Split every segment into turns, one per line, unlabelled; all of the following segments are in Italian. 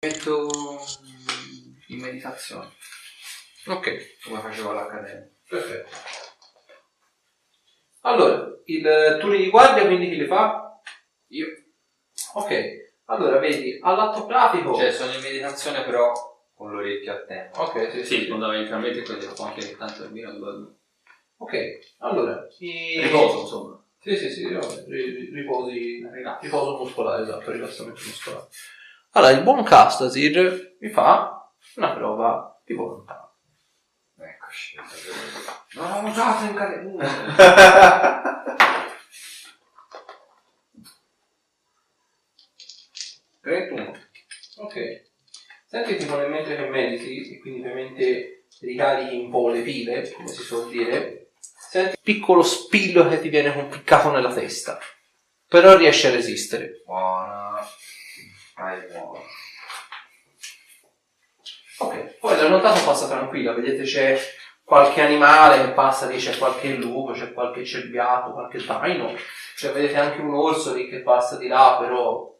metto mm, in meditazione,
Ok,
come facevo all'accademia.
perfetto. Allora, il turno di guardia quindi chi li fa?
Io,
Ok, allora vedi, all'atto pratico...
cioè, sono in meditazione però con l'orecchio attento.
Ok, sì,
Sì, fondamentalmente quelli può anche tanto dormire non dormo.
Ok, allora... i-
Riposo, insomma.
Sì, sì, sì, ri- ri- riposi, riposo muscolare, esatto, rilassamento muscolare. Allora, il buon Castasir vi fa una prova di volontà.
Eccoci. Non ho usato in Uh. accademia.
Ok. Senti Simone, mentre che mediti, e quindi ovviamente ricarichi un po' le pile, come si suol dire, senti un piccolo spillo che ti viene compiccato nella testa, però riesci a resistere.
Buona. Vai, buona.
Ok, poi la nottata passa tranquilla, vedete c'è qualche animale che passa lì, c'è qualche lupo, c'è qualche cerbiato, qualche daino, cioè vedete anche un orso lì che passa di là, però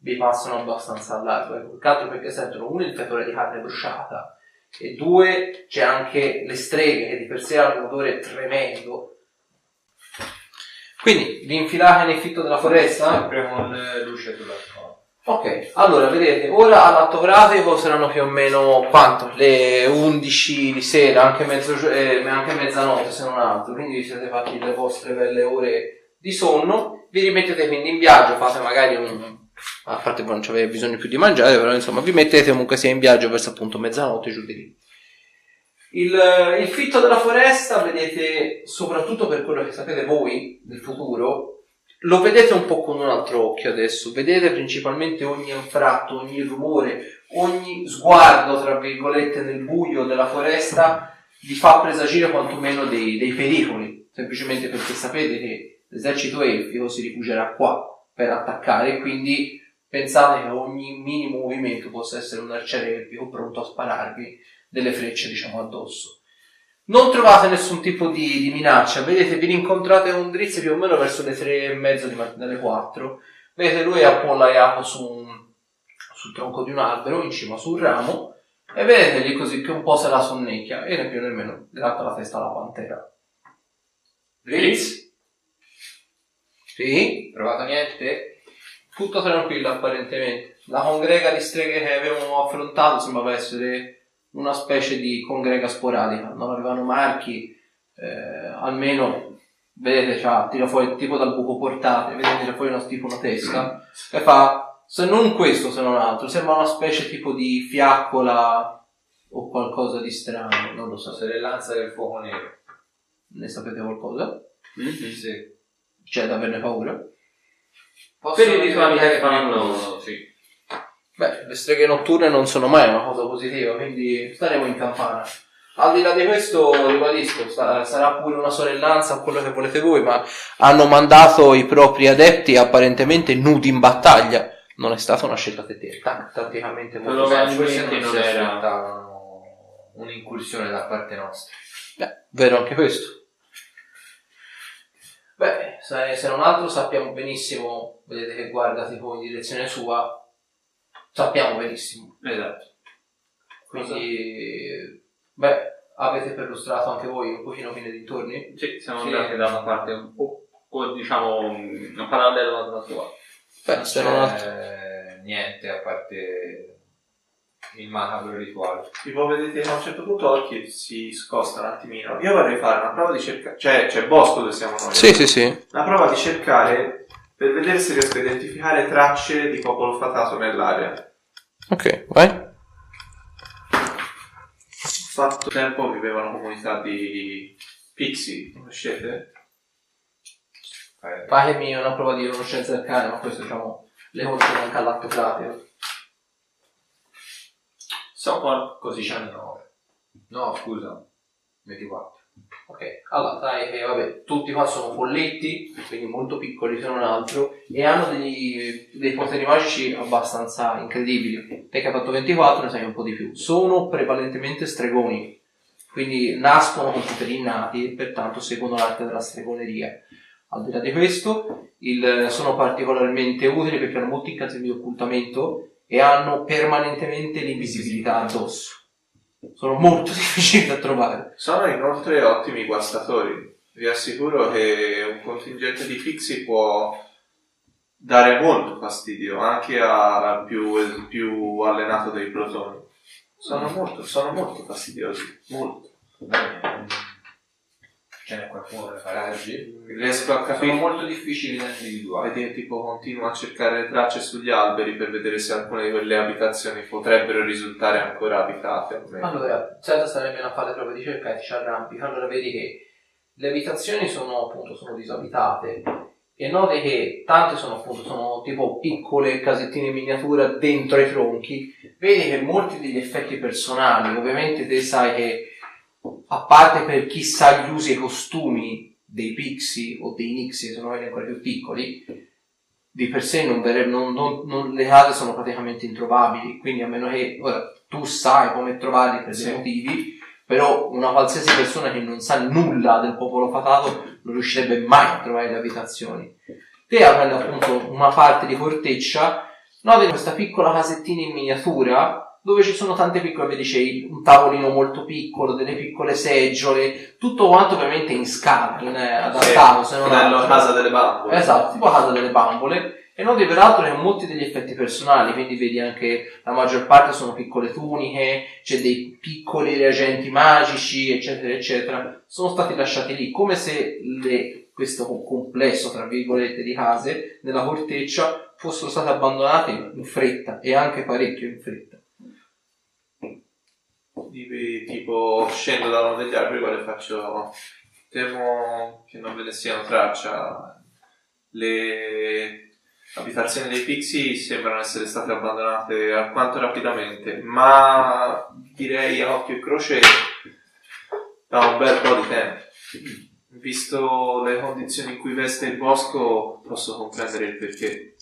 vi passano abbastanza a largo, ecco, più che altro perché sentono uno il fetore di carne bruciata e due c'è anche le streghe che di per sé hanno un odore tremendo. Quindi vi infilate nel fitto della foresta?
Sempre con eh, luce sulla scuola.
Ok, allora vedete, ora all'atto pratico saranno più o meno quanto? Le 11 di sera, anche, mezzo- eh, anche mezzanotte se non altro, quindi vi siete fatti le vostre belle ore di sonno, vi rimettete quindi in viaggio, fate magari un... a parte voi non avete bisogno più di mangiare, però insomma vi mettete comunque sia in viaggio verso appunto mezzanotte giù di lì. Il, il fitto della foresta, vedete, soprattutto per quello che sapete voi del futuro, lo vedete un po' con un altro occhio adesso, vedete principalmente ogni infratto, ogni rumore, ogni sguardo, tra virgolette, nel buio della foresta vi fa presagire quantomeno dei, dei pericoli, semplicemente perché sapete che l'esercito elfico si rifugierà qua per attaccare e quindi pensate che ogni minimo movimento possa essere un arciere elfico pronto a spararvi delle frecce, diciamo, addosso. Non trovate nessun tipo di, di minaccia, vedete, vi rincontrate con Drizzy più o meno verso le tre e mezzo di mat- delle quattro. Vedete, lui è appollaiato su un- sul tronco di un albero, in cima su un ramo, e vedete lì così che un po' se la sonnecchia, e ne più né meno gratta la testa alla pantera.
Dritz?
Sì?
Provato niente?
Tutto tranquillo apparentemente. La congrega di streghe che avevamo affrontato sembrava essere una specie di congrega sporadica, non avevano marchi, eh, almeno vedete, cioè, tira fuori tipo dal buco portale, vedete tira fuori una, tipo una testa e fa, se non questo se non altro, sembra una specie tipo di fiaccola o qualcosa di strano, non lo
La
so,
sorellanza del fuoco nero.
ne sapete qualcosa?
Mm-hmm. Sì.
C'è da averne Cioè, paura?
Posso
Per i rituali che fanno, sì.
Beh, le streghe notturne non sono mai una cosa positiva, quindi staremo in campana. Al di là di questo, ribadisco, sa- sarà pure una sorellanza o quello che volete voi, ma hanno mandato i propri adepti apparentemente nudi in battaglia. Non è stata una scelta tete- ta- tatticamente molto
Però almeno
Forse
semplice.
non
non
si
era-
aspettavano un'incursione da parte nostra.
Beh, vero anche questo. Beh, se, se non altro sappiamo benissimo, vedete che guarda tipo in direzione sua, sappiamo benissimo
Esatto.
Quindi, beh, avete perlustrato anche voi un pochino fine dintorni?
Sì, siamo
Sì.
andati da una parte un po', o, diciamo, un parallelo alla tua.
Non c'è Eh, Niente a parte il macabro rituale.
Tipo, vedete a un certo punto Orchi si scosta un attimino. Io vorrei fare una prova di cercare. Cioè, c'è bosco dove siamo noi.
sì, sì.
Una prova di cercare per vedere se riesco a identificare tracce di popolo fatato nell'area.
Ok, vai.
Fatto tempo viveva una comunità di pixie, conoscete?
Eh,
Fatemi una prova di conoscenza del cane, ma questo diciamo le volte anche all'atto pratico.
So qualcosina.
19. No, scusa. 24.
Ok, allora sai che vabbè, tutti qua sono folletti, quindi molto piccoli se non altro, e hanno degli- dei poteri magici abbastanza incredibili. Te che hai fatto 24 ne sai un po' di più. Sono prevalentemente stregoni, quindi nascono con poteri innati e pertanto seguono l'arte della stregoneria. Al di là di questo, il- sono particolarmente utili perché hanno molti incantesimi di occultamento e hanno permanentemente l'invisibilità addosso. Sono molto difficili da trovare.
Sono inoltre ottimi guastatori. Vi assicuro che un contingente di fixi può dare molto fastidio anche al più, più allenato dei protoni.
Mm.
Sono molto, sono molto fastidiosi, molto.
Ce n'è qualcuno che farà oggi?
Riesco a
Sono
capire.
molto difficili da individuare.
Vedi, tipo, continuo a cercare le tracce sugli alberi per vedere se alcune di quelle abitazioni potrebbero risultare ancora abitate o meno.
Allora, senza stare nemmeno a fare prove di ricerca e ci arrampica, allora vedi che le abitazioni sono appunto sono disabitate e noti che tante sono appunto sono tipo piccole casettine in miniatura dentro i tronchi. Vedi che molti degli effetti personali, ovviamente te sai che a parte per chi sa gli usi e i costumi dei pixie o dei nixie, sono quelli ancora più piccoli, di per sé non verre- non- non- non- le case sono praticamente introvabili, quindi a meno che ora, tu sai come trovarli per dei
Sì.
motivi, però una qualsiasi persona che non sa nulla del popolo fatato non riuscirebbe mai a trovare le abitazioni. Te aprendo appunto una parte di corteccia, noti questa piccola casettina in miniatura dove ci sono tante piccole, vedi c'è il- un tavolino molto piccolo, delle piccole seggiole, tutto quanto ovviamente in scala, in, eh, adattato, se non
Fratello,
altro.
casa delle bambole.
Esatto, tipo casa delle bambole. E noti peraltro che molti degli effetti personali, quindi vedi anche la maggior parte sono piccole tuniche, c'è dei piccoli reagenti magici, eccetera, eccetera, sono stati lasciati lì, come se le- questo co- complesso, tra virgolette, di case nella corteccia fossero state abbandonate in fretta, e anche parecchio in fretta.
Di- tipo scendo da uno degli alberi e faccio temo che non ve ne siano traccia le abitazioni dei pixie sembrano essere state abbandonate alquanto rapidamente ma direi a occhio e croce da un bel po' di tempo visto le condizioni in cui veste il bosco posso comprendere il perché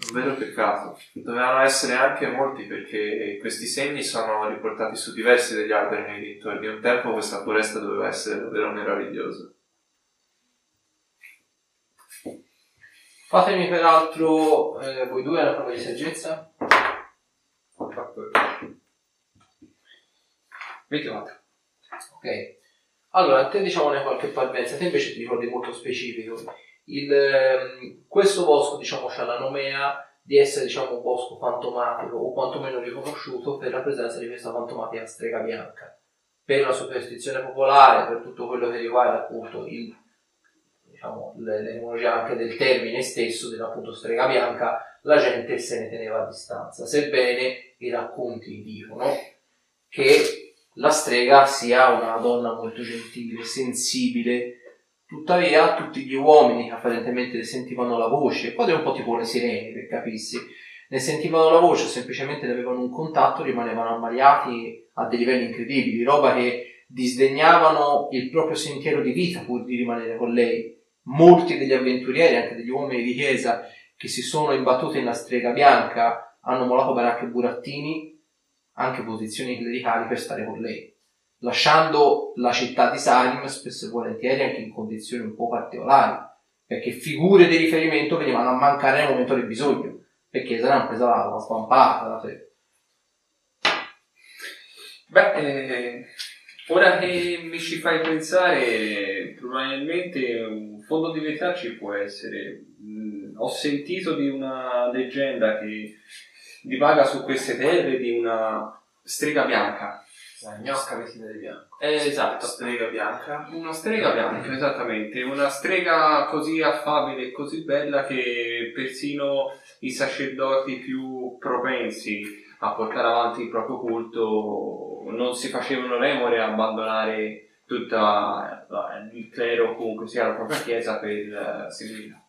un vero peccato Dovevano essere anche molti perché questi segni sono riportati su diversi degli alberi nei dintorni. Un tempo questa foresta doveva essere davvero meravigliosa.
Fatemi peraltro, eh, voi due, la prova di saggezza.
24.
Ok. Allora, te diciamone qualche parvenza, te invece ti ricordi molto specifico. Il, ehm, questo bosco, diciamo, ha la nomea di essere, diciamo, un bosco fantomatico o quantomeno riconosciuto per la presenza di questa fantomatica strega bianca. Per la superstizione popolare, per tutto quello che riguarda appunto il, diciamo, l- l'etimologia anche del termine stesso, dell'appunto strega bianca, la gente se ne teneva a distanza. Sebbene i racconti dicono che la strega sia una donna molto gentile, sensibile. Tuttavia, tutti gli uomini che apparentemente ne sentivano la voce, poi è un po' tipo le sirene per capissi, ne sentivano la voce, semplicemente ne avevano un contatto, rimanevano ammaliati a dei livelli incredibili, roba che disdegnavano il proprio sentiero di vita pur di rimanere con lei. Molti degli avventurieri, anche degli uomini di chiesa, che si sono imbattuti nella strega bianca, hanno molato baracche e burattini anche posizioni clericali per stare con lei, lasciando la città di Sarim spesso e volentieri anche in condizioni un po' particolari, perché figure di riferimento venivano a mancare nel momento del bisogno, perché se ne hanno presa la, la spampata. la fe-
Beh, eh, ora che mi ci fai pensare, probabilmente un fondo di verità ci può essere. Mm, ho sentito di una leggenda che divaga su queste terre di una strega bianca.
La gnocca vestita di bianco.
Eh, esatto.
Strega bianca.
Una strega bianca, esattamente, una strega così affabile e così bella che persino i sacerdoti più propensi a portare avanti il proprio culto non si facevano remore a abbandonare tutta la- il clero comunque sia la propria chiesa per eh, seguirla.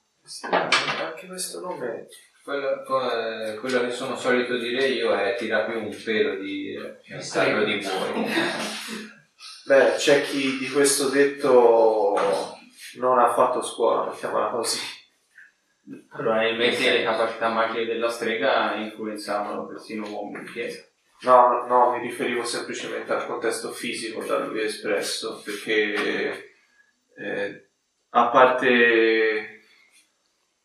Anche questo nome.
Quello, eh, quello che sono solito dire io è tira più un pelo di un sacco di muori.
Beh, c'è chi di questo detto non ha fatto scuola, mettiamola così.
Probabilmente le capacità magiche della strega influenzavano persino uomini di chiesa.
No, no, mi riferivo semplicemente al contesto fisico da lui espresso, perché eh, a parte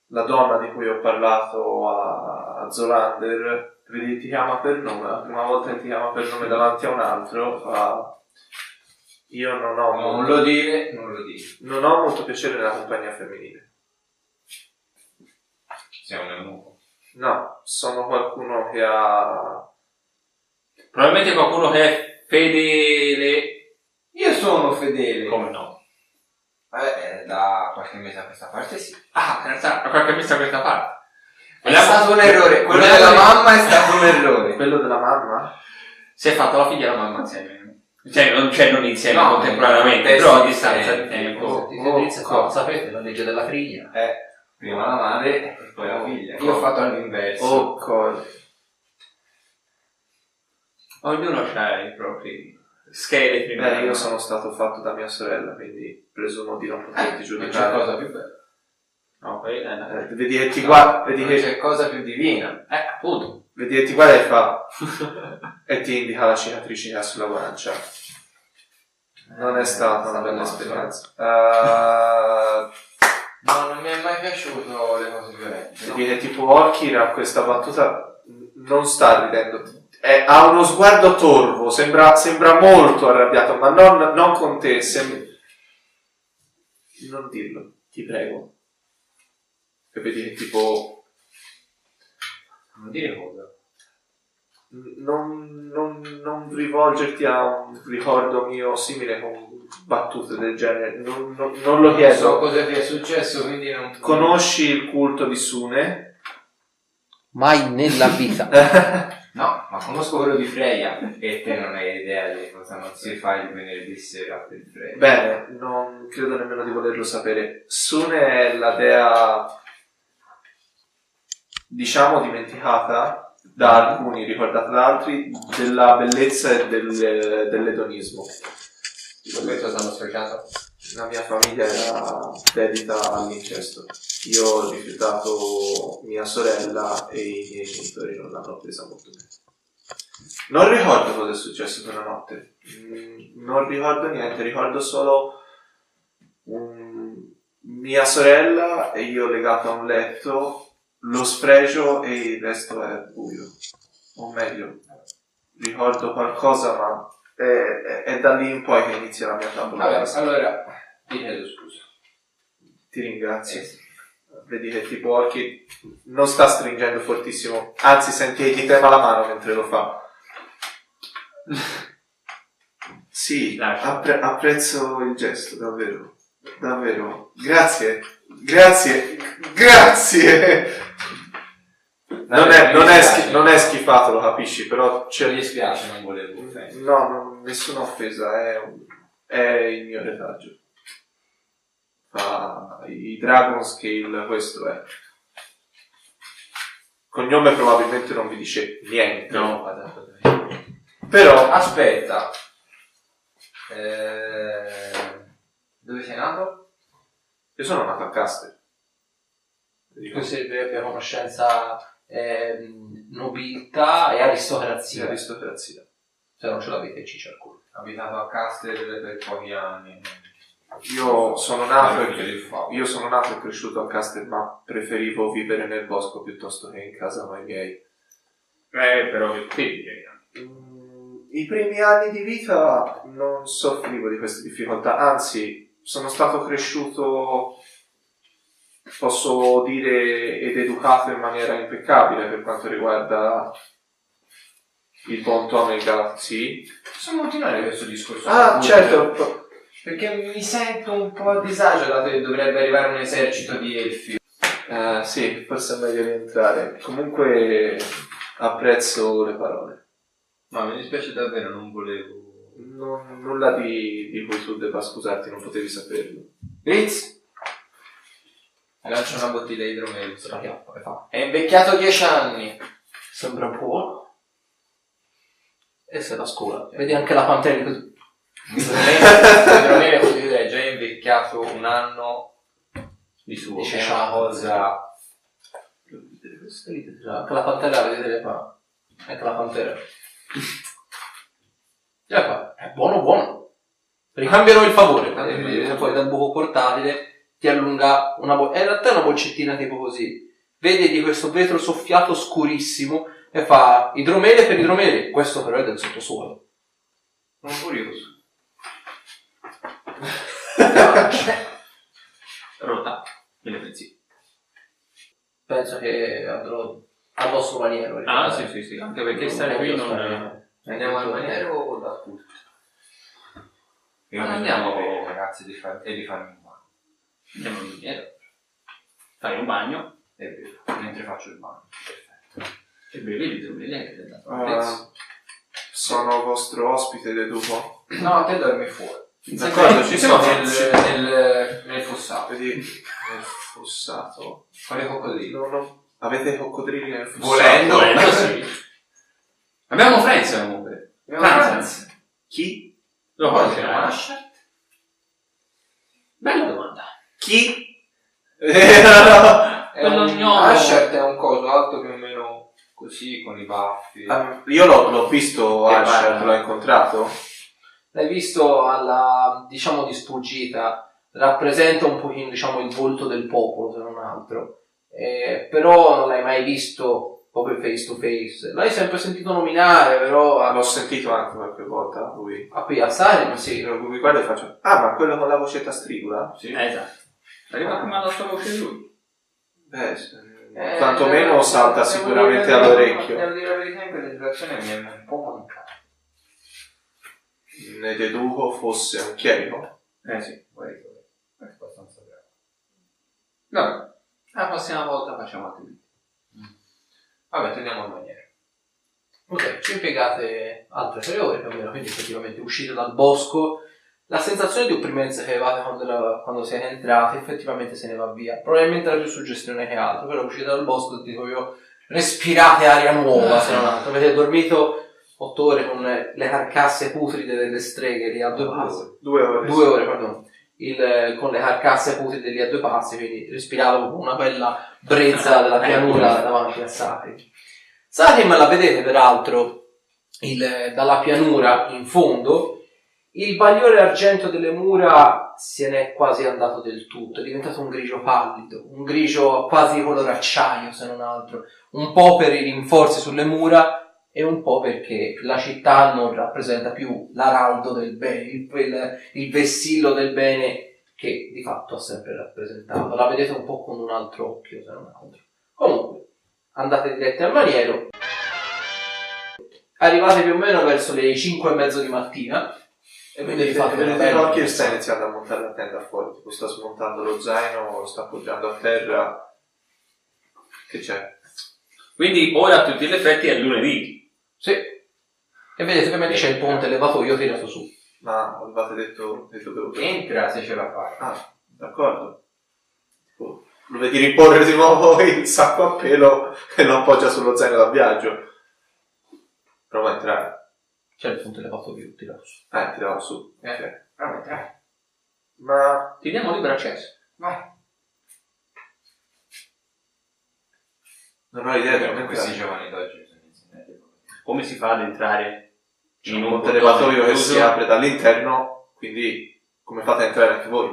la donna di cui ho parlato a, a Zolander, vedi, ti chiama per nome, la prima volta che ti chiama per nome davanti a un altro, fa... Io non ho,
Non lo dire, non lo dire.
non ho molto piacere nella compagnia femminile.
Siamo nel nuovo.
No, sono qualcuno che ha...
Probabilmente qualcuno che è fedele.
Io sono fedele.
Come no?
Eh, eh, da qualche mese a questa parte sì.
Ah, in realtà, a qualche messa a questa parte.
È stato un errore. Quello
Vogliamo-
della mamma è stato un errore.
Quello della mamma?
Si è fatto la figlia e la mamma insieme. Cioè, non, cioè, non insieme
No,
contemporaneamente,
eh,
però cioè, a
sì,
distanza
eh,
di tempo.
Ti
Oh,
fidelizzate,
cosa?
lo sapete, la legge della triglia.
Eh, prima la madre e poi la figlia. Io ho fatto all'inverso.
Oh, cosa?
Ognuno ha i propri scheletri.
Beh, io sono stato fatto da mia sorella, quindi presumo di non
Eh,
poterti
non c'è
giudicare.
cosa più bella.
No, quella è una-
Eh, vedi che ti guarda, vedi
Non
che
c'è cosa più divina.
Eh, appunto.
Vedi che ti guarda e fa e ti indica la cicatrice che ha sulla guancia. Non
Eh,
è stata una bella esperienza. Eh,
No, non mi è mai piaciuto le cose violente. no.
vedi che tipo Orkir a questa battuta non sta ridendo. È- ha uno sguardo torvo, sembra, sembra molto arrabbiato, ma non, non con te. sem- non dirlo, ti prego. E vedi che tipo
Non dire cosa.
non, non- non rivolgerti a un ricordo mio simile con battute del genere, non, non- non
Non
lo
so
chiedo.
cosa ti è successo, quindi non...
Conosci il culto di Sune?
Mai nella vita.
No, ma conosco quello di Freya e te non hai idea di cosa non si fa il venerdì sera per Freya.
Bene, non credo nemmeno di volerlo sapere. Sune è la dea, diciamo, dimenticata da alcuni, ricordata da altri, della bellezza e del- dell'edonismo.
Questo sono associato.
La mia famiglia era dedita all'incesto. Io ho rifiutato mia sorella e i miei genitori non l'hanno presa molto bene. Non ricordo cosa è successo quella notte. Mm, Non ricordo niente, ricordo solo mm, mia sorella e io legato a un letto, lo sfregio e il resto è buio. O meglio, ricordo qualcosa ma è, è- è da lì in poi che inizia la mia tavola.
Vabbè, allora, ti chiedo scusa.
Ti ringrazio.
Eh, sì.
Vedi che tipo Orchid non sta stringendo fortissimo, anzi senti che gli trema la mano mentre lo fa. Sì,
Lascia.
appre- apprezzo il gesto, davvero. Davvero. Grazie. Grazie. Grazie. Non è, non è schi- non è schifato, lo capisci, però c'è
Cioè, mi dispiace, non volevo offendere.
No, non- nessuna offesa, è, un- è il mio retaggio. Fa i Dragon Scale, questo è. Cognome probabilmente non vi dice niente. Però
Aspetta. Eh, dove sei nato?
io sono nato a Caster.
Tu sei per conoscenza ehm, nobiltà e aristocrazia.
aristocrazia.
Se non ce l'avete ci c'è alcuno.
Abitato a Castel per pochi anni.
Io sono nato
Ah,
e io sono nato e cresciuto a Caster, ma preferivo vivere nel bosco piuttosto che in casa con i miei.
Eh, però che figlia.
Mm, I primi anni di vita non soffrivo di queste difficoltà, anzi sono stato cresciuto, posso dire, ed educato in maniera impeccabile per quanto riguarda il buon tono e il gal- Sì.
Possiamo continuare questo discorso?
Ah,
Pure.
certo, po-
Perché mi sento un po' a disagio dato che dovrebbe arrivare un esercito di elfi.
eh, sì, forse è meglio rientrare. Comunque apprezzo le parole.
Ma mi dispiace davvero, non volevo.
Non- nulla di, di cui tu debba scusarti, non potevi saperlo.
Ritz! Lancia una bottiglia di idromel.
Se la chiappa e fa.
È invecchiato 10 anni.
Sembra un po'. E se la scuola. Vedi anche la pantera così.
Idromel vuol dire è già invecchiato un anno di suo.
Dice
È una
ciao.
cosa.
Anche la pantera vedete le fa. Anche la pantera. Già qua. È buono buono. Ricambiano il favore.
Eh,
Quindi,
eh.
Poi dal buco portatile ti allunga una bo- è in realtà è una boccettina tipo così. Vedi di questo vetro soffiato scurissimo
e fa idromele per idromele, questo però è del sottosuolo.
Sono curioso.
Rota, me ne pensi.
Penso che andrò al vostro maniero.
Ah,
ricordate.
sì, sì, sì, anche perché stare qui non...
Andiamo al maniero o da tutto? Io non andiamo ragazzi di fa- e di farmi un bagno.
Andiamo in maniera. Fai un bagno
È vero, mentre faccio il bagno. Perfetto.
e bevi l'idromele che ti ha dato la
Ah, sono vostro ospite, deduco.
No, te dormi fuori.
D'accordo, ci sono
nel,
nel,
nel, nel fossato.
vedi, nel fossato.
Con le coccodrillo.
No, no. Avete coccodrilli nel fossato?
Volendo.
Volendo, sì. Abbiamo Franz comunque. Franz.
Chi?
Lo conosci,
Franz.
eh? Bella domanda.
Chi? Eh, no,
È
no.
un
Quello
Eh, Asher è un coso alto più o meno così, con i baffi.
Ah, Io l'ho, l'ho visto,
Che
Asher,
barba.
l'ho incontrato.
L'hai visto alla, diciamo, di sfuggita, rappresenta un pochino, diciamo, il volto del popolo, se non altro, Eh, però non l'hai mai visto proprio face to face. L'hai sempre sentito nominare, però a,
L'ho sentito anche qualche volta, lui.
a piazzare,
Sì,
sì.
mi guardo e faccio, ah, ma quello con la vocetta strigula?
Sì.
Eh, Esatto. Arriva come alla sua voce lui.
Beh, s-
Eh,
tantomeno
devo-
salta
devo
sicuramente
dire la-
all'orecchio.
Devo dire la verità, in quella situazione mi è un po' mancata.
Ne deduco fosse un chierico.
Eh sì.
Guarda, guarda. È abbastanza bravo.
Vabbè. La prossima volta facciamo altrimenti.
Vabbè, torniamo al maniera.
Ok, ci impiegate altre tre ore più o meno, quindi effettivamente uscite dal bosco. La sensazione di opprimenza che avevate quando, era- quando siete entrati effettivamente se ne va via. Probabilmente era più suggestione che altro, però uscite dal bosco, dico io, respirate aria nuova, se non altro. Avete dormito otto ore con le carcasse putride delle streghe lì a due passi.
Due ore.
Due ore, perdono. Il- con le carcasse putride lì a due passi, quindi respiravo con una bella brezza della pianura davanti a Sarim. Sarim la vedete peraltro il- dalla pianura in fondo, il bagliore argento delle mura se n'è quasi andato del tutto, è diventato un grigio pallido, un grigio quasi color acciaio se non altro, un po' per i rinforzi sulle mura e un po' perché la città non rappresenta più l'araldo del bene, il, quel- il vessillo del bene che di fatto ha sempre rappresentato. La vedete un po' con un altro occhio, se non altro. Comunque, andate diretti al maniero. Arrivate più o meno verso le 5 e mezzo di mattina. E quindi vi fate una
Vedete
bella-
Rocky sta iniziando a montare la tenda fuori, tipo sta smontando lo zaino, lo sta appoggiando a terra. Che c'è?
Quindi ora a tutti gli effetti è lunedì.
Sì. E vedete ovviamente c'è il ponte elevatoio tirato su.
Ma avevate detto, detto che lo
Entra se ce la fai.
Ah, d'accordo. Tipo, Lo vedi riporre di nuovo il sacco a pelo e lo appoggia sullo zaino da viaggio. Prova a entrare.
C'è il ponte elevatoio tirato su.
Ah, tiravo su.
Eh.
Ok.
Vabbè, dai.
Ma
Ti diamo libero accesso.
Vai.
non ho idea di come
Eh, questi
entrare.
giovani d'oggi bisogna insegnare.
Come si fa ad entrare
C'è un monte elevatoio che si apre dall'interno, quindi come fate a entrare anche voi?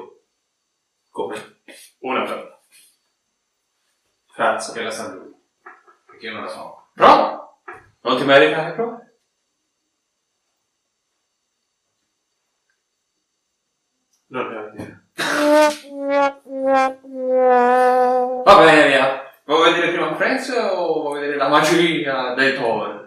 Come?
Una parola.
Franza.
Che la sa lui. Perché io non la so.
Prova? Non ti mai arrivare a provare?
Non ne ho idea.
Va bene, via. Vuoi vedere prima Franz o vuoi vedere la magia dei Thor?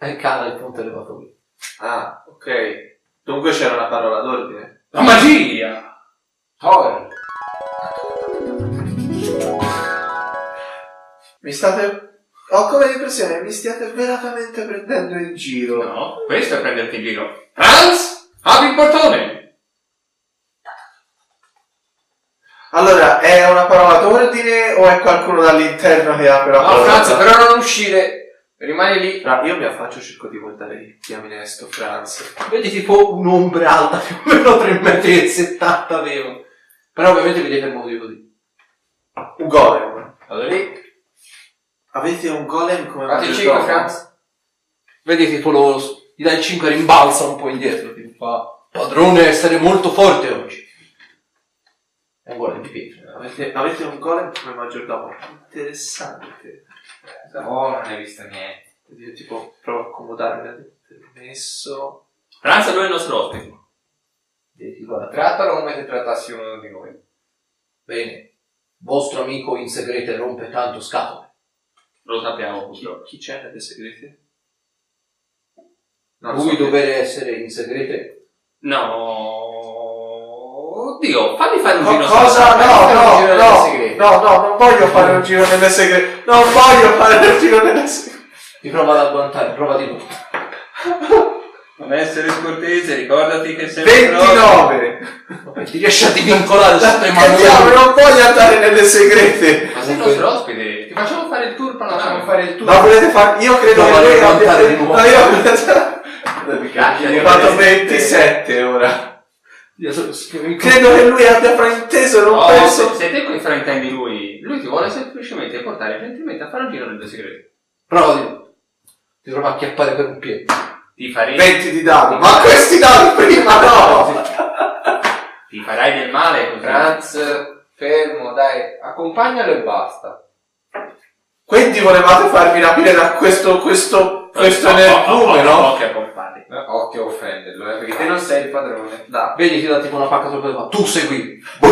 E cala il ponte elevatoio.
Ah, ok. Dunque c'era una parola d'ordine.
La magia!
Thor!
Mi state... Ho come l'impressione mi stiate velatamente prendendo in giro.
No, questo è prenderti in giro. Franz, apri il portone!
Allora, è una parola d'ordine o è qualcuno dall'interno che apre la
No,
porta?
Franz, però non uscire! Rimani lì!
Fra, io mi affaccio e cerco di guardare il diamine sto Franz.
Vedi tipo un'ombra alta più o meno 3,70 metri avevo. Però ovviamente vedete il motivo di...
Un golem.
Allora lì!
Avete un golem come
Fate
un
5,
golem?
Franz!
Vedi tipo lo... Gli dai il 5 rimbalza un po' indietro. Tipo fa... Padrone, essere molto forte oggi. E vuole di pietra.
Avete, avete un golem come maggiordomo. Interessante.
Oh, non hai visto niente.
Io tipo provo a accomodarmi. Permesso.
Ranza lui è il nostro ospite.
Trattalo come se trattassi uno di noi.
Bene. Vostro amico in segreto e rompe tanto scatole.
Lo sappiamo
Chi,
purtroppo.
chi c'è nelle segrete? Non
Lui
so.
dovere essere in segreto.
No. Oddio, fammi fare un giro.
cosa?
sulla-
No,
Fai un
no,
giro nelle segrete.
no, no, no, non voglio fare un giro nelle segre. Non voglio fare un giro nelle segre.
Ti prova ad agguantare, prova di nuovo.
Non essere scortese, ricordati che sei un pro-
29!
Ti riesci a divincolare sotto i
Ma Eh, diavolo, non voglio andare nelle segrete.
Ma sei il nostro ospite, ti facciamo fare il tour
Facciamo
panoramico.
fare il
Ma
tuo.
volete fare? Io credo
No,
che
voglio
voi
contare di nuovo.
No, io ho fatto 27 ora. Credo che lui abbia frainteso, non
Ah, No,
penso.
Oh, se, se te qui fraintendi lui, lui ti vuole semplicemente portare gentilmente a fare un giro nel tuo segreto.
Prova di nuovo. Ti prova a chiappare per un piede.
Ti, farei-
20 di dadi, ma questi dadi prima no!
ti farai del male così.
Franz, fermo, dai, accompagnalo e basta.
Quindi volevate farmi rapire da questo, questo, questo nel numero?
Ok, compare.
Eh, Occhio a offenderlo, eh, perché te non sei il padrone.
Da.
Vedi, ti dà tipo una pacca sopra e fa. Tu segui.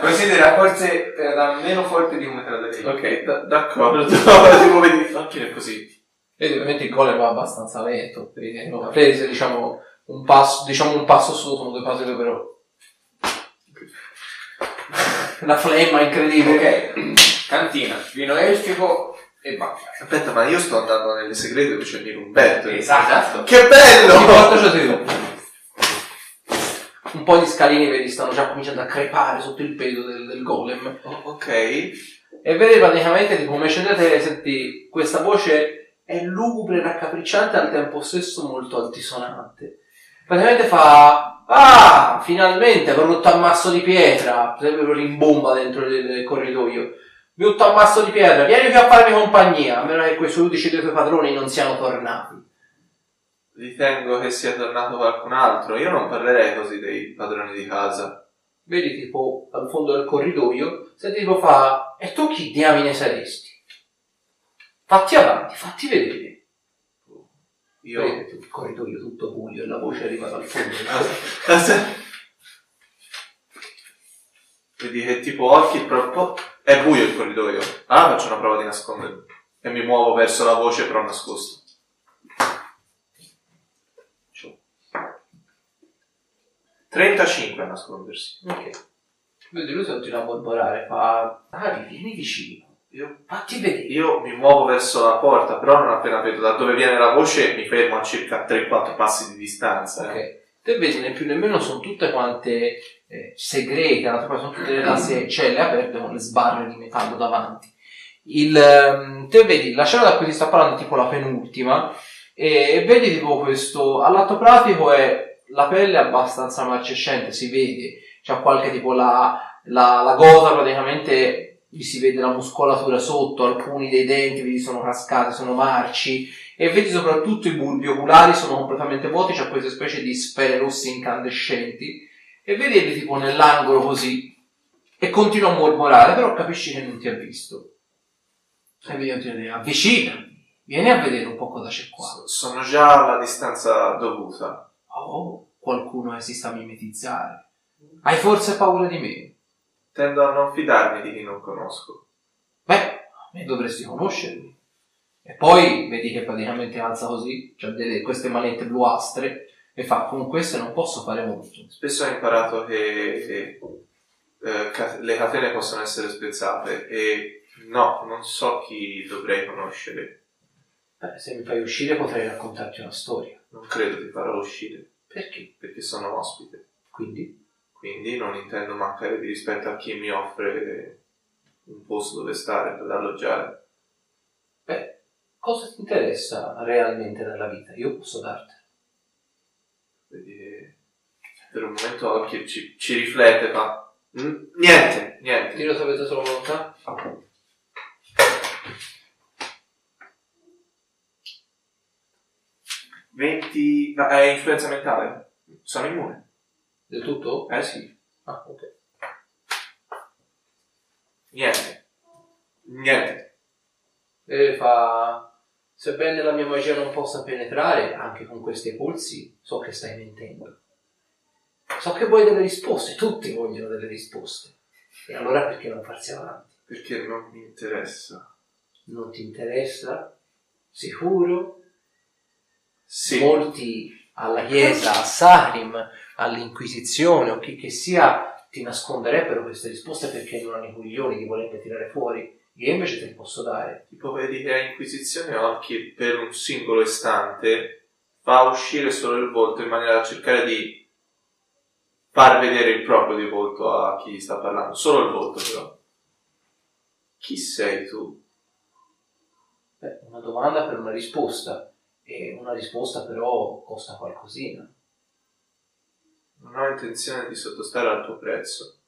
Considera forse era meno forte di come te la devi.
Ok, d- d'accordo. Ti muovi di facchine così.
Vedi, ovviamente il gol va abbastanza lento. Perché non ha preso, diciamo, un passo, diciamo un passo sotto, due passi però. La flemma incredibile.
Ok, cantina, vino elfico e basta.
Aspetta, ma io sto andando nelle segrete dove c'è il Umberto.
Esatto.
Che
Ogni volta
bello!
c'è di più. Un po' di scalini vedi stanno già cominciando a crepare sotto il peso del, del golem.
Oh, ok.
E vedi praticamente tipo come scendete e senti questa voce è lugubre, raccapricciante al tempo stesso molto altisonante. Praticamente fa Ah! Finalmente avrò rotto un masso di pietra. Sempre rimbomba dentro il, il corridoio. Vi ho rotto un masso di pietra. Vieni qui a farmi compagnia, a meno che quei sudici dei tuoi padroni non siano tornati.
Ritengo che sia tornato qualcun altro. Io non parlerei così dei padroni di casa.
vedi tipo al fondo del corridoio, senti tipo fa, e tu chi diamine saresti? Fatti avanti, fatti vedere.
Io.
Vedi, tipo, il corridoio tutto buio e la voce arriva dal fondo.
Ah, Vedi che tipo occhi proprio. È buio il corridoio. Ah, faccio una prova di nascondermi. E mi muovo verso la voce però nascosto. Ciao. 35 a nascondersi.
ok. Vedi lui si continua a mormorare, fa, Davi, vieni vicino,
Io,
fatti vedere.
io mi muovo verso la porta, però non appena vedo da dove viene la voce mi fermo a circa 3-4 passi di distanza. eh.
Ok. Te vedi, né più nemmeno sono tutte quante eh, segrete, d'altra parte sono tutte le lasse celle aperte con le sbarre di metallo davanti. Il, ehm, te vedi, la scena da cui ti sta parlando è tipo la penultima, e, e vedi tipo questo, all'atto pratico è la pelle è abbastanza marcescente, si vede, c'è qualche tipo la, la, la gota praticamente, gli si vede la muscolatura sotto, alcuni dei denti vedi, sono cascati, sono marci, e vedi soprattutto i bulbi oculari sono completamente vuoti, c'è queste specie di sfere rosse incandescenti e vedi tipo nell'angolo così e continua a mormorare, però capisci che non ti ha visto. E vedi continua a dire, avvicina, vieni a vedere un po' cosa c'è qua.
So- Sono già alla distanza dovuta.
Oh, qualcuno che si sta a mimetizzare. Hai forse paura di me?
Tendo a non fidarmi di chi non conosco.
Beh, a me dovresti conoscermi. E poi vedi che praticamente alza così, c'ha delle- queste manette bluastre e fa, con queste non posso fare molto.
Spesso ho imparato che, che, eh, ca- le catene possono essere spezzate e no, non so chi dovrei conoscere.
Beh, se mi fai uscire potrei raccontarti una storia.
Non credo ti farò uscire
Perché?
perché sono ospite,
Quindi?
quindi non intendo mancare di rispetto a chi mi offre un posto dove stare, dove alloggiare.
Beh, cosa ti interessa realmente nella vita? Io posso dartela.
Vedi che per un momento occhio ci, ci riflette, ma mm, niente, niente.
Tiro sapete solo volontà?
Venti... ma è influenza mentale? Sono immune.
Del tutto?
Eh sì.
Ah, ok.
Niente. Niente.
E fa... Sebbene la mia magia non possa penetrare, anche con questi polsi, so che stai mentendo. So che vuoi delle risposte, tutti vogliono delle risposte. E allora perché non farsi avanti?
Perché non mi interessa.
Non ti interessa? Sicuro?
Sì.
molti alla Chiesa, a Sarim, all'Inquisizione o chi che sia ti nasconderebbero queste risposte perché non hanno i coglioni di volerle tirare fuori. Io invece te le posso dare.
Tipo vedi che è Inquisizione anche per un singolo istante fa uscire solo il volto in maniera da cercare di far vedere il proprio di volto a chi sta parlando. Solo il volto però. Chi sei tu?
Beh, una domanda per una risposta. E una risposta però costa qualcosina.
Non ho intenzione di sottostare al tuo prezzo.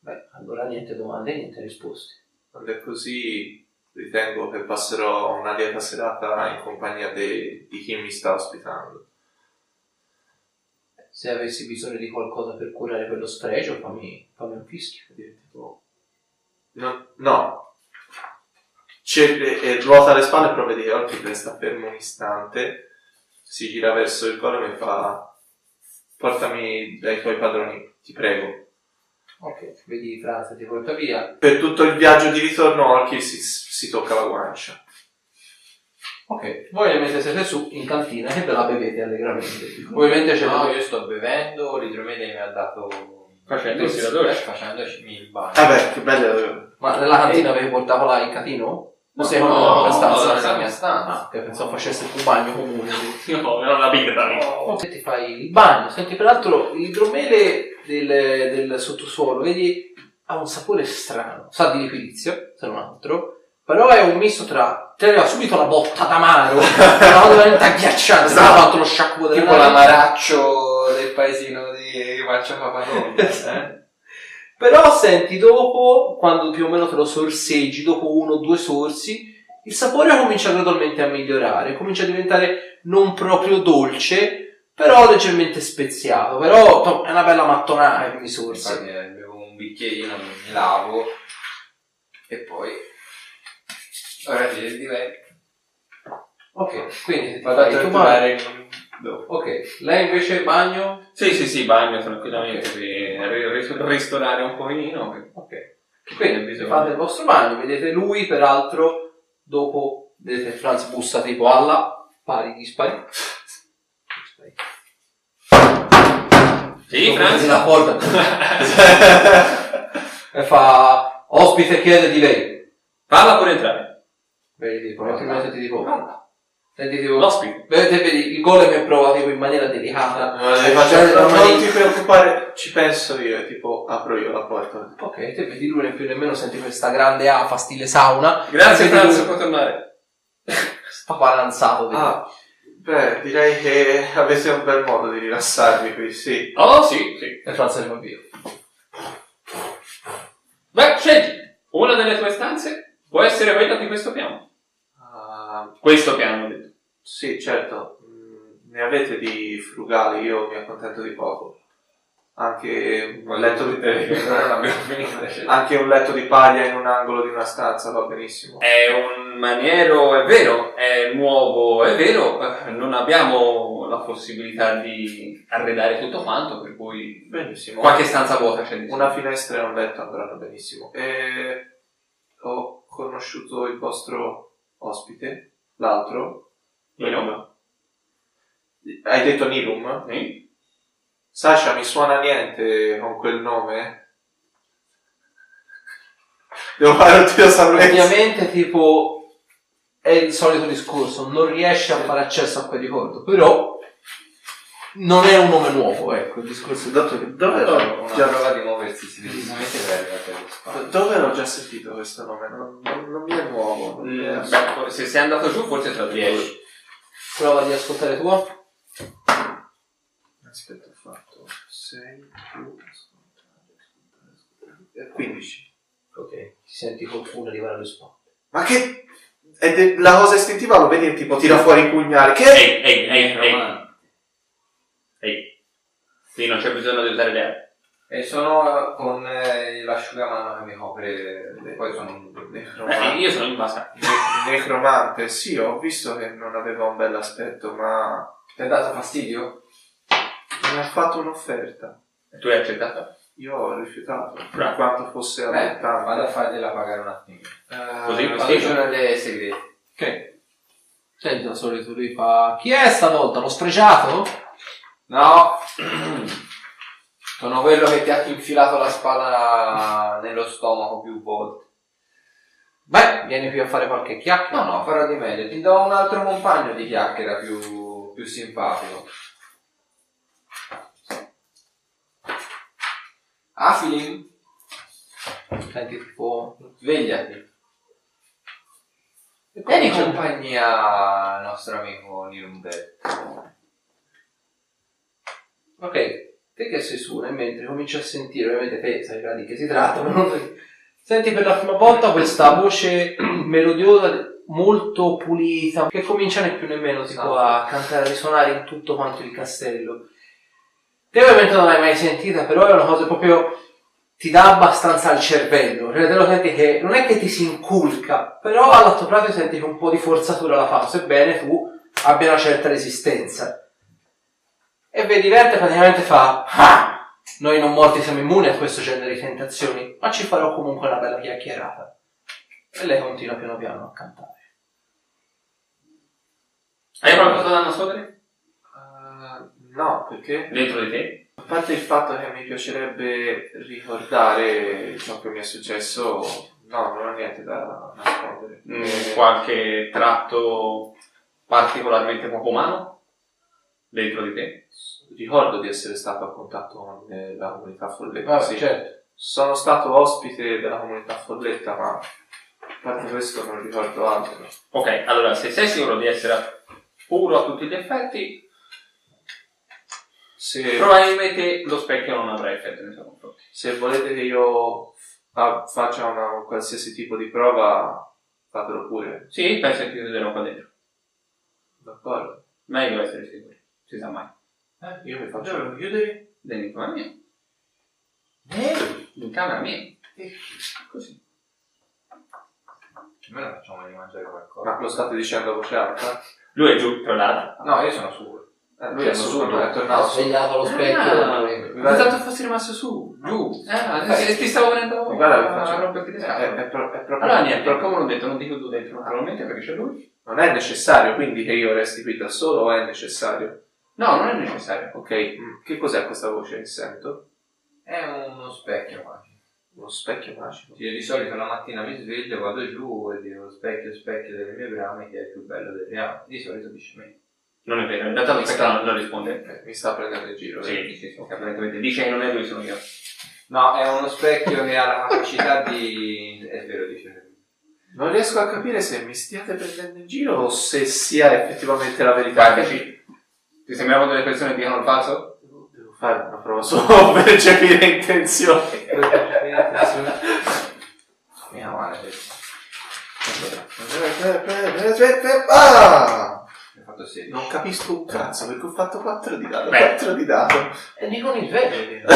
Beh, allora niente domande, niente risposte.
Quando è così ritengo che passerò una lieta serata in compagnia de- di chi mi sta ospitando.
Se avessi bisogno di qualcosa per curare quello sfregio, fammi, fammi un fischio.
Dire, tipo, No, no. C'è- e ruota le spalle e prova a dire occhi resta fermo un istante, si gira verso il golem e fa portami dai tuoi padroni, ti prego.
Ok, vedi Franza ti porta via.
Per tutto il viaggio di ritorno Orchi si, si tocca la guancia.
Ok, voi le mette siete su in cantina e ve la bevete allegramente. Ah,
Ovviamente
Ovviamente c'è
no, io sto bevendo, l'idromede mi ha dato...
Facendosi la
Eh,
doccia.
Facendoci il bagno.
Vabbè, che bello.
Ma nella cantina avevi portato là in catino? O sei proprio
Eh. no,
nella tua
no,
stanza?
nella
mia stanza.
Ah, che pensavo facesse un bagno comune.
No, era la birra.
Oh, se ti fai il bagno, senti peraltro l'idromele del, del sottosuolo, vedi, ha un sapore strano, sa di liquidizio, se non altro, però è un misto tra, ti arriva subito la botta d'amaro, una cosa veramente agghiacciante, tra
Esatto.
l'altro lo sciacquo della
Tipo l'amaraccio del paesino di Maccia Papanoni. eh?
Però senti dopo, quando più o meno te lo sorseggi, dopo uno o due sorsi, il sapore comincia gradualmente a migliorare, comincia a diventare non proprio dolce, però leggermente speziato. Però to- è una bella mattonata di sorsi.
Infatti, eh, bevo un bicchierino, mi, mi lavo e poi... Ora ti diverto.
Ok, quindi
Vado a
fai il tuo bagno.
torturare dopo.
Ok, lei invece bagno?
Sì, sì, sì, bagno tranquillamente per ri- ri- ristorare un pochino.
Ok.
Non
Quindi
bisogna.
fate il vostro bagno, vedete lui peraltro, dopo vedete Franz bussa tipo alla pari dispari. Dispari. Dopo
Sì,
chiudi
Franz?
la porta e fa ospite chiede di lei
Parla pure entrare.
vedi tipo prima senti tipo senti tipo
L'ospite.
vedete vedi il golem prova tipo in maniera delicata
Ma le
Eh,
faccio-
cioè,
non,
ormai-
non ti preoccupare, ci penso io, e tipo apro io la porta.
ok te vedi lui più nemmeno senti questa grande afa stile sauna
Grazie
Vedi lui-
Franz, puoi tornare.
sta paranzato vedi.
Ah, beh, direi che avete un bel modo di rilassarvi qui, sì.
Oh, sì, sì.
e Franz arriva via
Beh, scegli. Una delle tue stanze può essere quella di questo piano.
Ah,
Questo piano, ho detto.
Sì, certo, Mm, ne avete di frugali, io mi accontento di poco. Anche un letto di, anche un letto di paglia in un angolo di una stanza va benissimo.
È un maniero, è vero, è nuovo, è vero. eh, Non abbiamo la possibilità di arredare tutto quanto, per cui
Benissimo.
qualche stanza vuota c'è di
Una finestra e un letto andranno benissimo. E ho conosciuto il vostro ospite, l'altro.
Nilum.
Hai detto Nilum?
Sì.
Sasha, mi suona niente con quel nome? Devo fare un tiro a
Eh,
salvezza.
ovviamente tipo è il solito discorso non riesce a fare accesso a quel ricordo però non è un nome nuovo ecco il discorso è dato che
Dove
Allora,
l'ho
una
già,
prova di muoversi silenziosamente per arrivare alle spalle.
dove l'ho già sentito questo nome? Non, non- non mi è nuovo. non mi è-
Mm, beh, Se sei andato giù, forse tra dieci.
prova di ascoltare tuo
Aspetta, ho fatto 6 più ascoltare, ascoltare, ascoltare. Eh, 15.
Ok, ti senti qualcuno arrivare alle spalle.
Ma che... è de- la cosa istintiva lo vedi tipo tira fuori i pugnali. Che...
Ehi, ehi, ehi, ehi.
Romano.
Ehi. Sì, non c'è bisogno di usare le armi.
E sono con eh, l'asciugamano che mi copre, le- poi sono un
Eh,
necromante.
io sono in base.
Ne- necromante, sì, ho visto che non aveva un bel aspetto, ma
Ti ha dato fastidio?
mi ha fatto un'offerta.
Tu hai accettato?
Io ho rifiutato, per
Bravo. Eh,
quanto fosse
Beh, vado a
allontanata.
fargliela pagare un attimo.
Così,
Ma
così.
io sono le segrete.
Ok,
Senti, da solito lui fa... Chi è stavolta? L'ho sfregiato?
No! sono quello che ti ha infilato la spada nello stomaco più volte.
Beh, vieni qui a fare qualche
No,
chiacchiera.
no, farò di meglio. Ti do un altro compagno di chiacchiera più, più simpatico. Afilin,
Senti, tipo...
svegliati.
E
Vieni in
comincia-
compagnia al nostro amico Nirumberg.
Ok, te che sei su, e mentre cominci a sentire, ovviamente te sai già di che si tratta, ma non- senti per la prima volta questa voce melodiosa, molto pulita, che comincia né più né meno tipo a cantare, a risuonare in tutto quanto il castello. Te ovviamente non l'hai mai sentita, però è una cosa proprio ti dà abbastanza al cervello, cioè te lo senti che non è che ti si inculca, però all'atto pratico senti che un po' di forzatura la fa, sebbene tu abbia una certa resistenza e vedi Verte praticamente fa "Ah, noi non morti siamo immuni a questo genere di tentazioni ma ci farò comunque una bella chiacchierata e lei continua piano piano a cantare
Hai qualcosa da nascondere?
eh, no, perché?
Dentro di te?
A parte il fatto che mi piacerebbe ricordare ciò che mi è successo, no, non ho niente da nascondere.
Mm,
Eh,
Qualche tratto particolarmente poco umano? Dentro di te?
Ricordo di essere stato a contatto con eh, la comunità Folletta.
Vabbè,
sì.
certo.
Sono stato ospite della comunità Folletta, ma a parte questo non ricordo altro.
Ok, allora se sei sicuro di essere puro a tutti gli effetti,
Se,
probabilmente lo specchio non avrà effetto nei suoi confronti.
se volete che io fa- faccia una qualsiasi tipo di prova, fatelo pure,
Sì, penso che ti chiuderò qua dentro.
d'accordo?
Meglio essere sicuri, si sa mai.
Io mi faccio.
Dentro in camera mia. In camera mia. Così.
Almeno facciamo di mangiare qualcosa.
Ma lo state dicendo a voce alta?
Lui è giù, tra l'altro.
No, io sono su.
Eh, lui è assurdo, è
ha
tornato su.
svegliato lo specchio
Ah.
Mi
Pensavo
guarda,
fosse rimasto su, giù. Eh,
Beh,
ti- ti stavo venendo
mi guarda, mi
a
faccio- Eh, ecco.
romperti le
è,
scatole.
è pro- è proprio,
Allora niente,
è
però
proprio-
come l'ho detto, non ti chiudo dentro naturalmente perché c'è lui.
non è necessario quindi che io resti qui da solo o è necessario?
No, non è necessario.
Ok, mm, che cos'è questa voce che sento?
È uno specchio qua.
Uno specchio magico.
Sì, di solito la mattina mi sveglio, vado giù e dico specchio, specchio delle mie brame, chi è il più bello delle brame? Di solito dici me.
Non è vero, in realtà lo specchio non, non risponde.
Eh, Mi sta prendendo in giro. eh.
Sì, sì, sì, ok, evidentemente. Dice che non è lui, sono io.
No, è uno specchio che ha la capacità di... è vero, dice
Non riesco a capire se mi stiate prendendo in giro o se sia effettivamente la verità.
Guardaci. Ti sembrava delle persone che dicono il falso?
Devo devo fare una prova solo per capire intenzioni.
Mia male,
Ah!
mi ha fatto sì.
Non capisco un cazzo perché ho fatto 4 di dato.
Beh.
4 di dato.
e dicono il sveglio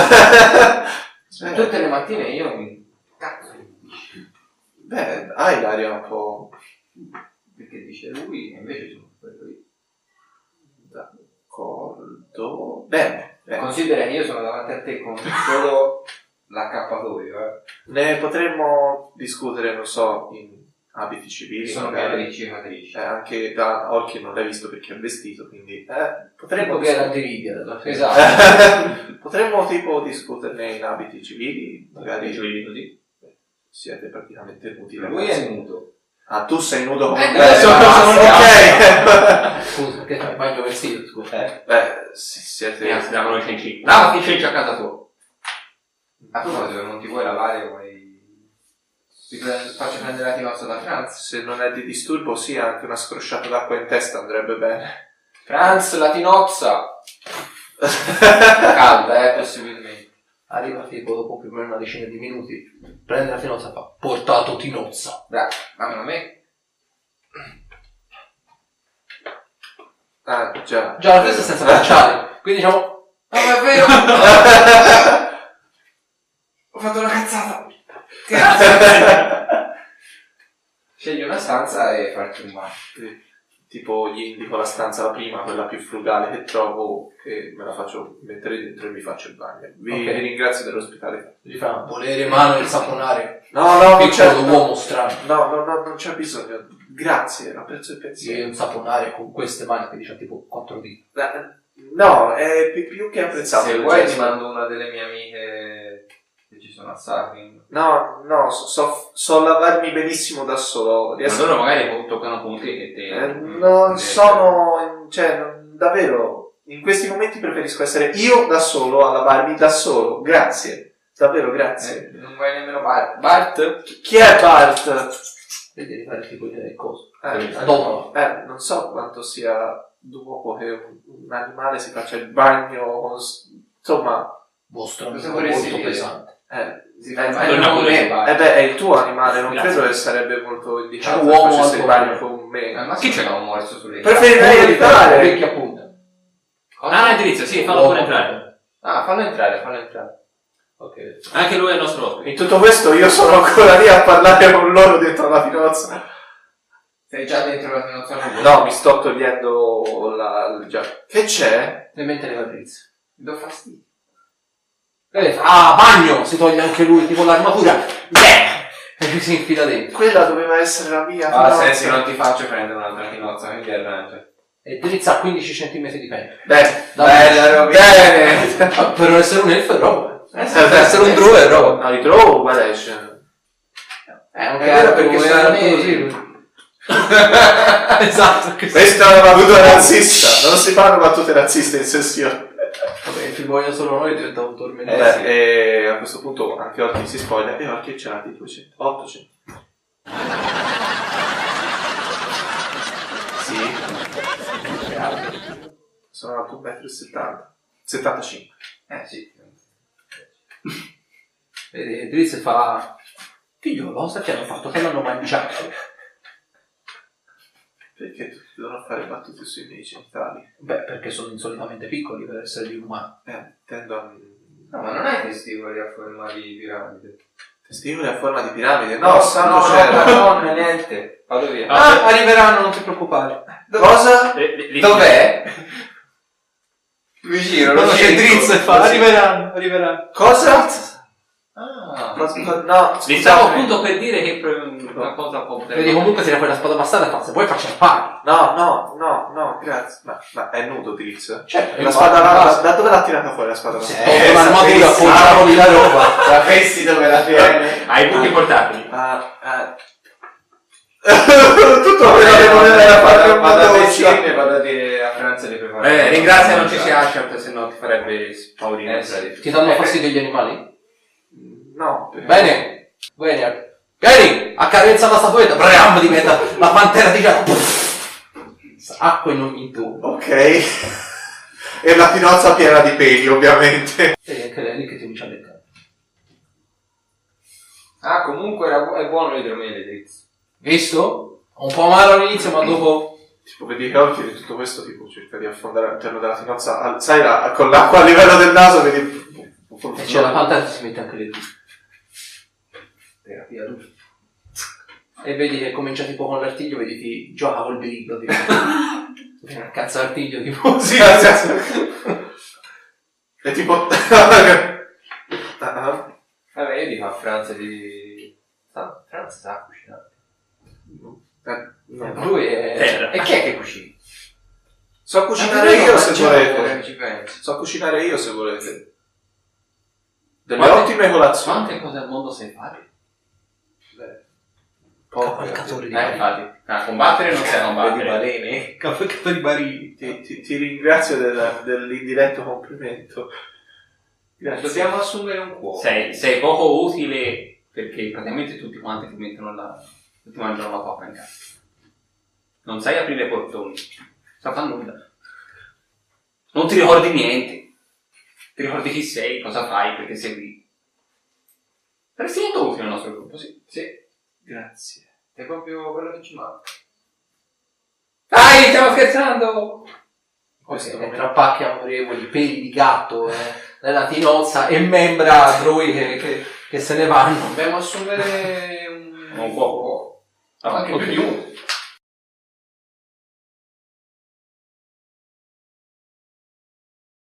Eh,
Tutte le mattine io mi... Cazzo,
beh, hai l'aria un po'.
perché dice lui e invece sono quello io.
d'accordo. Bene, bene.
Considera che io sono davanti a te con solo l'accappatoio, eh.
Ne potremmo discutere, non so, in abiti civili.
Sono pieno
magari.
di cicatrici.
Eh, anche da Orchi non l'hai visto perché è vestito, quindi eh,
tipo
potremmo,
che era di Libia della fine.
Esatto.
potremmo tipo discuterne in abiti civili, magari
Dice lui così.
siete praticamente nudi. la
Cioè, Lui
cosa.
è nudo.
Ah, tu sei nudo come
Eh,
me.
adesso
Ah,
basta.
ok.
scusa che fai bagno vestito scusa
Beh, si- siete...
Anzi, davano i cenci. Lavati i cenci a casa tua. Mm.
A proposito, non ti vuoi lavare, vuoi... Ti pre- faccio prendere la tirossa da Franz.
Ah, Se non è di disturbo, sì, anche una scrosciata d'acqua in testa andrebbe bene.
Franz, la tinozza! Calda, eh, possibilmente.
arriva tipo dopo più o meno una decina di minuti prende la tinozza e fa portato tinozza
Bravo, mamma me.
ah, già.
già la testa è senza bracciale quindi diciamo
No, ma è vero! Scegli una stanza e farti un bagno.
Tipo gli indico la stanza, la prima, quella più frugale che trovo, che me la faccio mettere dentro e mi faccio il bagno. Vi vi ringrazio dell'ospitalità.
Gli fa volere mano il saponario.
No, no, non c'è,
Piccolo
certo.
uomo strano.
no, no, no, non c'è bisogno. Grazie, ho perso il
Sì,
pensiero.
un saponario con queste mani che dice tipo 4 dita.
Eh, No, è pi- più che Cioè, apprezzato.
Se
il
vuoi ti
certo.
gesto.
mando una delle mie amiche che ci sono a Sarkin.
No, no, so, so- so lavarmi benissimo da solo.
E
Riesco-
allora magari po- toccano punti che te... Mm.
Eh,
mm, cioè
non sono, cioè, non- davvero, in questi momenti preferisco essere io da solo a lavarmi da solo. Grazie, davvero grazie.
Eh, non vai nemmeno Bart. Eh, Bart?
Chi- Chi è Bart?
Vedi di fare tipo le cose.
Eh,
Dopo.
eh, non so quanto sia dopo che un, un animale si faccia il bagno, con s- insomma,
Vostro
Cosa
amico
vorresti
molto
dire?
pesante.
eh,
Si fa il
Non
bagno
ha
con
voluto
me.
eh
Bart.
beh, è il tuo animale, non
Grazie.
credo che sarebbe molto indicato
C'è un uomo
che facesse il
ancora.
bagno con
Eh,
me.
ma chi ce l'ha un morso sulle
Preferirei evitare.
Vecchia punta.
Ah, indirizzo, sì, fallo pure entrare.
Ah, fallo entrare, fallo entrare. Ok.
Anche lui è il nostro ospite.
In tutto questo io sono ancora lì a parlare con loro dentro la pinozza.
Sei già dentro la finanza
No, mi sto togliendo la... la- già. Che c'è?
Le mente le caprizie.
Do fastidio.
Ah, bagno! Si toglie anche lui, tipo l'armatura. Beh! E lui si infila dentro.
Quella doveva essere la mia.
Ah,
no.
senti, non ti faccio prendere un'altra chinozza, quindi arrangia.
E drizza a 15 cm di pelle.
Beh,
Da-
Bella roba. Bene!
Ah, per non essere un elfo è roba.
eh,
Per essere un druid è roba.
No, li trovo, guarda, esce.
È un
Eh, È vero,
cazzo,
perché
è
sono
alto
neri.
così. esatto, che
Questa è una battuta razzista. Non si fanno battute razziste in sessione.
Vabbè, ci vogliono solo noi diventa un Eh, tormentone.
Vabbè, e a questo punto anche Orchi si spoglia e Orchi ce l'ha di 200. 800. Sì. Sono alto 1,70 m. 75.
Eh sì.
Vedi, Drizz fa... Figliolo, sai che hanno fatto? Che l'hanno mangiato.
Perché tutti devono fare battute sui miei centrali?
Beh, perché sono insolitamente piccoli per essere gli umani.
Eh, tendo a...
No, ma non hai testicoli a forma di piramide.
Testicoli a forma di piramide? No, sanno
no,
c'era.
no, no, niente. Vado via.
Ah, arriveranno, non ti preoccupare.
Cosa?
Le- le- le-
Dov'è? Mi giro, lo cerco.
Arriveranno, arriveranno.
Cosa?
Ah,
Cosa- No,
Le
scusate.
stavo appunto per dire che pro- una cosa può...
Vedi, comunque tira fuori la spada bastata e fa, se vuoi facciamo pari.
No, no, no, no, grazie. Ma, ma è nudo Dritz?
Certo,
La spada da, da dove l'ha tirata fuori la spada?
Sì,
Sì.
eh, con l'armatura, appoggiamo lì la roba.
sapessi dove la tiene.
diciamo. Hai buchi portatili.
Ah, ah. Tutto quello che voleva fare un
vado a
po'
decine, vado a dire a Franza di preparare.
Eh, ringrazia non ci
Esatto.
sia Ashart, se no ti farebbe
Eh,
spaurire.
sì.
Ti danno fastidio gli animali?
No, perché-
Bene, bene. Vieni, accarezza la statuetta, bram, diventa la pantera di Giacomo. Acqua in ogni tubo.
Ok. e la pinozza piena di peli, ovviamente.
E anche lei lì che ti comincia a leccare.
Ah, comunque era bu- è buono l'idromiele, Dix.
Visto? Un po' male all'inizio, ma dopo...
Tipo, vedi che occhi di tutto questo, tipo, cerca di affondare all'interno della pinozza. al- sai, la- con l'acqua a livello del naso, vedi...
E c'è la pantera che si mette anche lì. Terapia lui. E vedi che comincia tipo con l'artiglio, vedi ti gioca col birillo, tipo. Viene un cazzo artiglio, tipo.
Sì, grazie. È tipo... Ah,
Vabbè, io dico a Franza di... Sa, Franza sa cucinare.
eh, no.
Lui è...
Terra.
E chi è che cucina?
So cucinare io se volete.
Ci pensi.
So cucinare io se volete. Delle ottime colazioni.
Quante cose al mondo sai fare?
Cavalcatore
Eh, infatti. A combattere non sai combattere.
balene?
Cavalcatore di barili.
Ti, ti- ti ringrazio del- dell'indiretto complimento. Grazie.
Dobbiamo assumere un cuoco.
Sei, sei poco utile perché praticamente tutti quanti ti mettono la... ti mangiano la coca in casa. Non sai aprire portoni. Non fa nulla. Non ti ricordi niente. Ti ricordi chi sei, cosa fai, perché sei qui. Saresti molto utile al nostro gruppo, sì.
Sì,
Grazie.
è proprio quello che ci manca.
Dai, stiamo scherzando!
questo okay, tra pacchi amorevoli, peli di gatto, eh, nella tinozza e membra druide che, che se ne vanno.
Dobbiamo assumere un,
Un cuoco. Ah, anche
Ok.
più di uno.